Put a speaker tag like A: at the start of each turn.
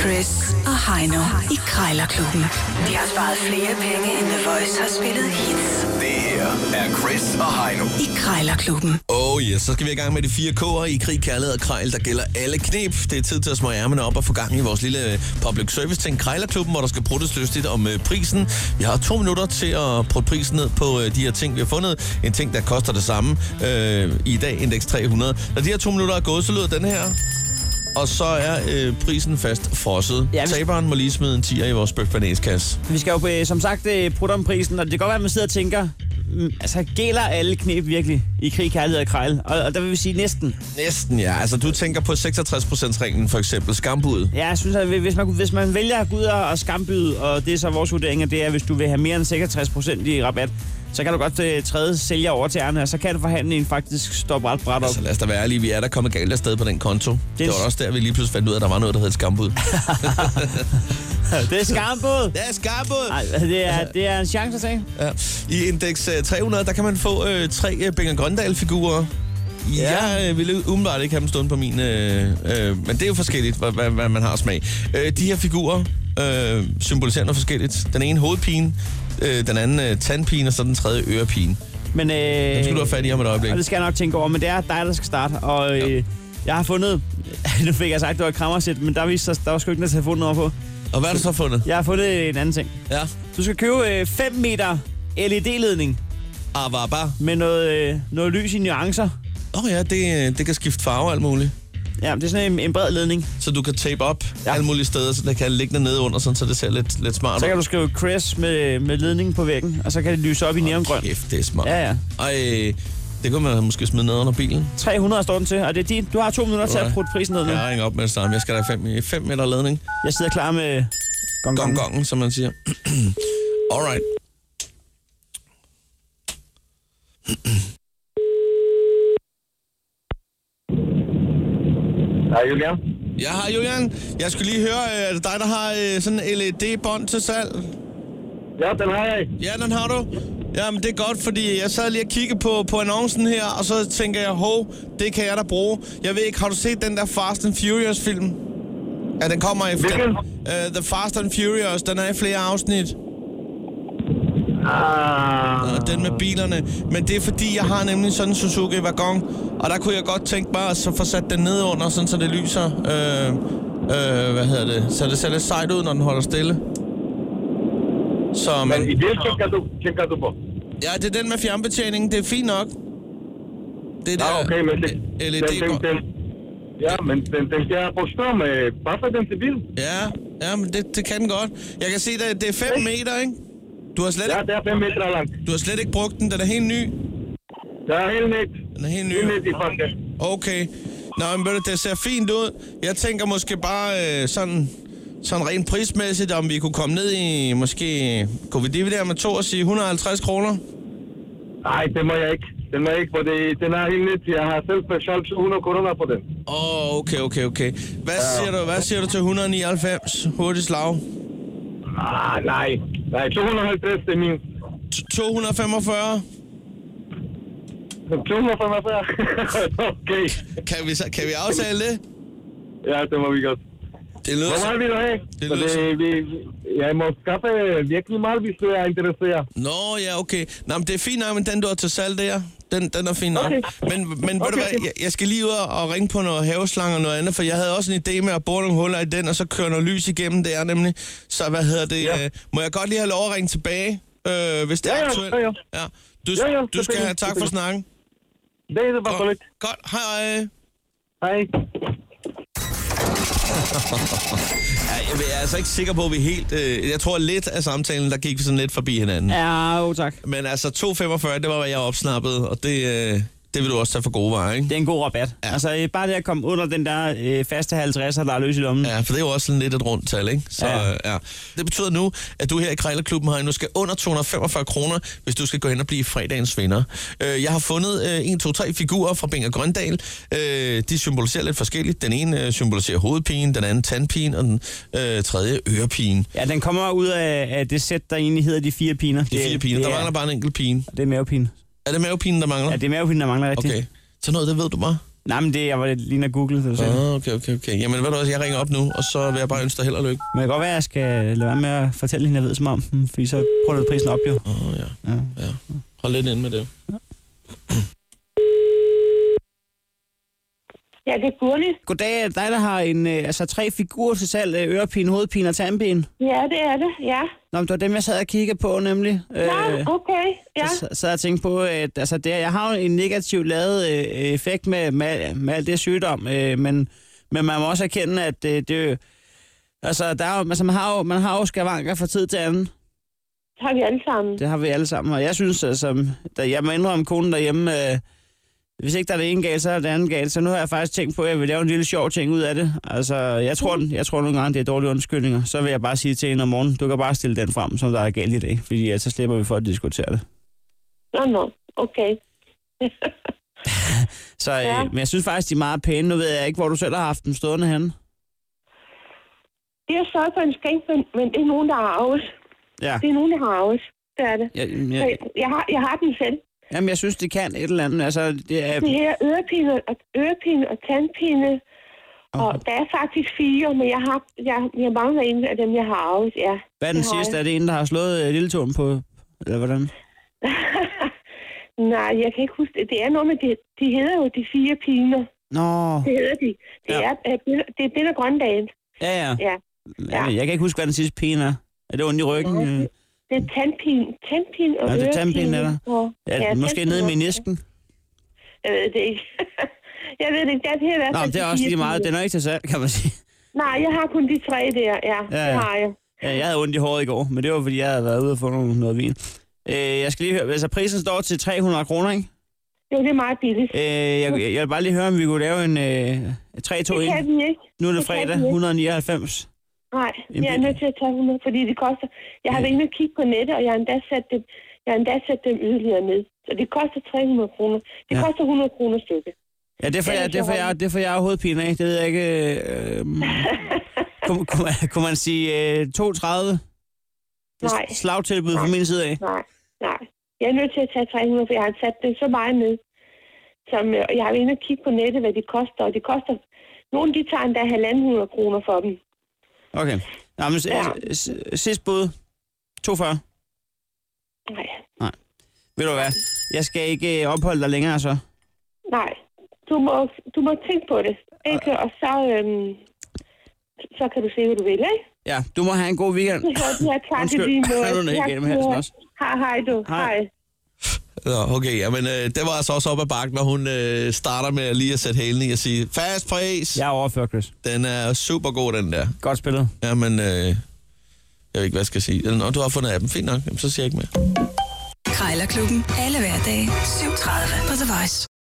A: Chris og Heino i Krejlerklubben. De har sparet flere penge, end The Voice har spillet hits
B: Det her er Chris og Heino.
A: i Krejlerklubben.
C: Oh yes, så skal vi i gang med de fire K'er i krig, kærlighed og krejl, der gælder alle knep. Det er tid til at smøge ærmene op og få gang i vores lille øh, public service ting, Krejlerklubben, hvor der skal bruttes lystigt om øh, prisen. Vi har to minutter til at putte prisen ned på øh, de her ting, vi har fundet. En ting, der koster det samme øh, i dag, indeks 300. Når de her to minutter er gået, så lyder den her. Og så er øh, prisen fast frosset.
D: Ja,
C: Ja,
D: vi-
C: Taberen må lige smide en 10'er i vores bøfbanæskasse.
D: Vi skal jo øh, som sagt øh, prutte om prisen, og det kan godt være, at man sidder og tænker, mm, altså gælder alle knep virkelig i krig, kærlighed og krejl? Og, og der vil vi sige næsten.
C: Næsten, ja. Altså, du tænker på 66%-reglen, for eksempel. Skambud.
D: Ja, jeg synes, at hvis man, kunne- hvis man vælger at gå ud og og skambyde, og det er så vores vurdering, at det er, at hvis du vil have mere end 66% i rabat, så kan du godt øh, træde sælger over til ærne, og så kan forhandlingen faktisk stoppe ret bræt op.
C: Altså lad os da være ærlige, vi er der kommet galt afsted på den konto. Det, det var da også der, vi lige pludselig fandt ud af, at der var noget, der hed et skambud.
D: det er skambud!
C: det er skambud!
D: Nej, det er,
C: Altså-
D: det er en chance, sagde
C: Ja. I indeks øh, 300, der kan man få øh, tre øh, Binger Grøndal-figurer. Ja. Jeg øh, ville umiddelbart ikke have dem stående på min... Øh, øh, men det er jo forskelligt, hvad, hvad, hvad man har af smag. Øh, de her figurer øh, symboliserer noget forskelligt. Den ene hovedpine, øh, den anden øh, tandpine, og så den tredje ørepine.
D: Men, øh,
C: Den skal du have fat i om et øjeblik.
D: Og det skal jeg nok tænke over, men det er dig, der skal starte. Og øh, jeg har fundet... Nu fik jeg sagt, at det var et krammersæt, men der, viste sig, der var sgu ikke noget telefonnummer på.
C: Og hvad har du så fundet?
D: Jeg har fundet en anden ting.
C: Ja.
D: Du skal købe øh, 5 meter LED-ledning
C: Avaba.
D: med noget, øh, noget lys i nuancer.
C: Åh oh, ja, det, øh, det kan skifte farve og alt muligt.
D: Ja, det er sådan en, en bred ledning.
C: så du kan tape op ja.
D: Ja.
C: alle mulige steder, så der kan ligge den nede under, sådan, så det ser lidt, lidt smart
D: Så kan
C: ud.
D: du skrive Chris med, med ledningen på væggen, og så kan det lyse op i neongrøn.
C: Kæft, det er smart.
D: Ja, ja.
C: Og øh, det kunne man måske smide ned under bilen.
D: 300 står den til, og det er din. Du har to minutter til at
C: Alright.
D: prutte prisen ned nu.
C: Jeg ringer op med det samme. Jeg skal da have fem, fem meter ledning.
D: Jeg sidder klar med... Gong,
C: Gong
D: gong.
C: gongen, som man siger. Alright.
E: Hej Julian.
C: Jeg har Julian. Jeg skulle lige høre, øh, er det dig, der har øh, sådan en LED-bånd til salg?
E: Ja, den har jeg.
C: Ja, den har du. Jamen, det er godt, fordi jeg sad lige og kiggede på, på annoncen her, og så tænker jeg, hov, det kan jeg da bruge. Jeg ved ikke, har du set den der Fast and Furious-film? Ja, den kommer i...
E: Hvilken?
C: Uh, The Fast and Furious, den er i flere afsnit.
E: Ah,
C: Og den med bilerne. Men det er fordi, jeg har nemlig sådan en Suzuki Wagon, og der kunne jeg godt tænke mig at så få sat den ned under, sådan så det lyser... Øh, øh, hvad hedder det? Så det ser lidt sejt ud, når den holder stille. Så,
E: men i
C: men,
E: det tænker du, tænker du på.
C: ja, det er den med fjernbetjeningen, det er fint nok. Det
E: Ja,
C: der
E: Ah,
C: E
E: okay, men det,
C: LED
E: den, den, den, ja, men den, den kan jeg forstå med øh, bare den til bil.
C: Ja, ja men det, det kan den godt. Jeg kan se, at det er 5 meter, ikke? Du har, slet,
E: Ja,
C: ikke-
E: det er 5 meter lang.
C: du har slet ikke brugt den, den er helt ny.
E: Det er helt net.
C: Den er helt ny.
E: Helt net i pakke.
C: Okay. Nå, men ved du, det ser fint ud. Jeg tænker måske bare øh, sådan, sådan rent prismæssigt, om vi kunne komme ned i, måske, kunne vi dividere med to og sige 150 kroner?
E: Nej, det må jeg ikke. Den må jeg ikke, fordi den er helt net. Jeg har selv betalt 200 kroner på den.
C: Åh, oh, okay, okay, okay. Hvad siger du, hvad siger du til 199? Hurtigt slag.
E: Ah, nej. Nej, 250 det er min.
C: T- 245?
E: 245. okay.
C: Kan vi, så, kan vi aftale det?
E: Ja, det må vi godt.
C: Det lyder
E: Hvor meget
C: så...
E: vil du have?
C: Det
E: Fordi
C: lyder-
E: vi, jeg må skaffe virkelig meget, hvis du er interesseret.
C: Nå, ja, okay. Nå, men det er fint nok, men den du har til salg der, den, den er fint nok.
E: Okay.
C: Men, men ved du
E: Okay.
C: hvad, jeg, jeg skal lige ud og- og ringe på noget haveslang og noget andet, for jeg havde også en idé med at bore nogle huller i den, og så køre noget lys igennem der nemlig. Så hvad hedder det?
E: Ja.
C: Ja. Øh, må jeg godt lige have lov at ringe tilbage, øh, hvis det
E: Ja,
C: er
E: ja,
C: aktuelt?
E: ja, ja.
C: ja. Du,
E: Ja, ja,
C: du skal
E: selvfølgelig,
C: have tak for
E: selvfølgelig.
C: snakken.
E: Det er det bare så lidt.
C: Godt, hej. hej.
E: Hej.
C: Ja, jeg er altså ikke sikker på, at vi helt... Øh, jeg tror lidt af samtalen, der gik vi sådan lidt forbi hinanden.
D: Ja, jo, tak.
C: Men altså, 2,45, det var, hvad jeg opsnappede, og det, øh, det vil du også tage for gode varer, ikke?
D: Det er en god rabat. Ja. Altså, øh, bare det at komme under den der øh, faste 50'er, der er løs i lommen.
C: Ja, for det er jo også sådan lidt et rundt tal, ikke? Så, øh,
D: Ja.
C: ja. ja. Det betyder nu, at du her i Krejlerklubben har nu skal under 245 kroner, hvis du skal gå hen og blive fredagens vinder. Øh, jeg har fundet øh, 1, 2, 3 figurer fra Binger Grøndal. Øh, de symboliserer lidt forskelligt. Den ene øh, symboliserer hovedpigen, den anden tandpigen, og den øh, tredje ørepigen.
D: Ja, den kommer ud af, af det sæt, der egentlig hedder de fire piner.
C: De fire piner.
D: Det,
C: Der
D: er-
C: mangler bare en enkelt pine.
D: det er mavepine.
C: Er det mavepinen, der mangler?
D: Ja, det er mavepine, der mangler rigtigt.
C: Okay. Så noget, det ved du bare.
D: Nej, men det jeg var lige inde og google det. Så. Men
C: Ah, okay, okay, okay. Jamen, ved du også, jeg ringer op nu, og så vil jeg bare ønske dig held og lykke.
D: det kan godt være, at jeg skal lade være med at fortælle hende, jeg ved som om, hmm, fordi så prøver prisen op jo.
C: Åh, oh, ja. ja. ja. Hold lidt inde med det.
F: Ja, det er Gurli.
D: Goddag, er det dig, der har en, øh, altså, tre figurer til salg, øh, ørepine, hovedpine og tandpine.
F: Ja, det er det, ja.
D: Nå, men det var dem, jeg sad og kiggede på, nemlig. Øh,
F: Nå, okay, ja.
D: Så sad jeg og tænkte på, at altså, det, jeg har jo en negativ lavet øh, effekt med, med, med alt det sygdom, øh, men, men man må også erkende, at øh, det er jo- Altså, der er jo, altså man, har jo, man har jo skavanker fra tid til anden.
F: Det har vi alle sammen.
D: Det har vi alle sammen. Og jeg synes, altså, da jeg må indrømme konen derhjemme, øh, hvis ikke der er det ene galt, så er der det andet galt. Så nu har jeg faktisk tænkt på, at jeg vil lave en lille sjov ting ud af det. Altså, jeg tror, den- jeg tror nogle gange, det er dårlige undskyldninger. Så vil jeg bare sige til hende om morgenen, du kan bare stille den frem, som der er galt i dag. Fordi ja, så slipper vi for at diskutere det.
F: Nå, nå, okay.
D: Så, øh, ja.
F: Ja.
D: Men jeg synes faktisk, de er meget pæne. Nu ved jeg ikke, hvor du selv har haft dem stående henne.
F: Det er så på en skænk, men, men det er nogen, der har arves.
D: Ja.
F: Det er nogen, der har arves. Det er det.
D: Jeg,
F: Så
D: jeg,
F: Jeg, jeg, har, jeg har den selv.
D: jamen, jeg synes, det kan et eller andet. Altså, det er,
F: Det her ørepine og, ørepine og tandpine. Og der er faktisk fire, men jeg, har, jeg, jeg mangler en af dem, jeg har arvet, ja.
D: hvad er den
F: det har
D: sidste?
F: jeg.
D: Er det en, der har slået øh, lilletåen på... Eller hvordan?
F: Nej, jeg kan ikke huske det. Det er noget med, de, de hedder jo de fire piner.
D: Nå,
F: Det hedder de. Det
D: Ja.
F: ja. er, øh, Bill- det er Bill og Grøndal.
D: ja, ja.
F: Ja.
D: ja. Jeg kan ikke huske, hvad den sidste pine er. Er det ondt i ryggen?
F: Nej,
D: Øh,
F: det- Det er tandpin, tandpin og
D: Nå, det er
F: ørepine.
D: tandpine, er der?
F: Og,
D: Er ja, måske
F: tandpine
D: nede i
F: og-
D: menisken?
F: Jeg ved det ikke. jeg ved det ikke. Det er det her i hvert
D: Nå,
F: fald.
D: men det er
F: Altså, de
D: også
F: fire
D: lige meget.
F: piner.
D: Den er ikke til salg, kan man sige.
F: Nej, jeg har kun de tre der. Ja,
D: Ja,
F: ja,
D: ja.
F: det har jeg.
D: Ja, jeg havde ondt i håret i går, men det var, fordi jeg havde været ude og få nogle- noget vin. Øh, jeg skal lige høre, altså prisen står til 300 kroner, ikke?
F: Jo, det er meget billigt.
D: Øh, jeg, jeg vil bare lige høre, om vi kunne lave en øh, 3 2
F: Det
D: 1
F: kan vi ikke.
D: Nu er det
F: Det kan
D: fredag,
F: vi ikke.
D: 199.
F: Nej,
D: En
F: jeg er
D: bil-
F: nødt til at tage 100, fordi det koster... Jeg har været inde og kigge på nettet, og jeg har endda sat dem, jeg har endda sat dem yderligere ned. Så det koster 300 kroner. Det
D: Ja.
F: koster 100 kroner stykket.
D: Ja, det får
F: Ja,
D: jeg,
F: det
D: det får
F: tror
D: jeg,
F: jeg.
D: det får jeg hovedpine af. Det ved jeg ikke. Øh, kunne, kunne, man, kunne man sige øh, 32? Det er
F: Nej.
D: Slagtilbud fra min side af.
F: Nej, nej. Jeg er nødt til at tage 300, for jeg har sat det så meget ned. Som, øh, og jeg har været inde og kigge på nettet, hvad det koster, og det koster... Nogle de tager endda 1.500 kroner for dem.
D: Okay. Nå, men, ja. Sidst bud. 42.
F: Nej,
D: Ved du hvad? Jeg skal ikke øh, opholde dig længere så.
F: nej. Du må, du må tænke på det, ikke? Og så, øhm, så kan du se, hvad du vil, ikke?
D: Ja, du må have en god weekend.
F: Jeg tror, du har tak i
D: Undskyld.
F: din
D: Nu er den
F: måde.
D: ikke
F: Tak
D: igennem
F: skal du
D: halsen
F: have.
D: også.
F: Hej, hej du.
D: Hej.
F: Hej.
C: Nå, okay, jamen, øh, det var altså også op ad bakken, når hun øh, starter med lige at sætte hælene i og sige, fast pris! Ja.
D: Jeg er overført, Chris.
C: Den er super god, den der.
D: Godt spillet.
C: Jamen, øh, jeg ved ikke, hvad jeg skal sige. Eller, Nå, du har fundet appen. Fint nok, jamen, så siger jeg ikke mere.
A: Krejlerklubben. Alle hverdage. 7.30 på The Voice.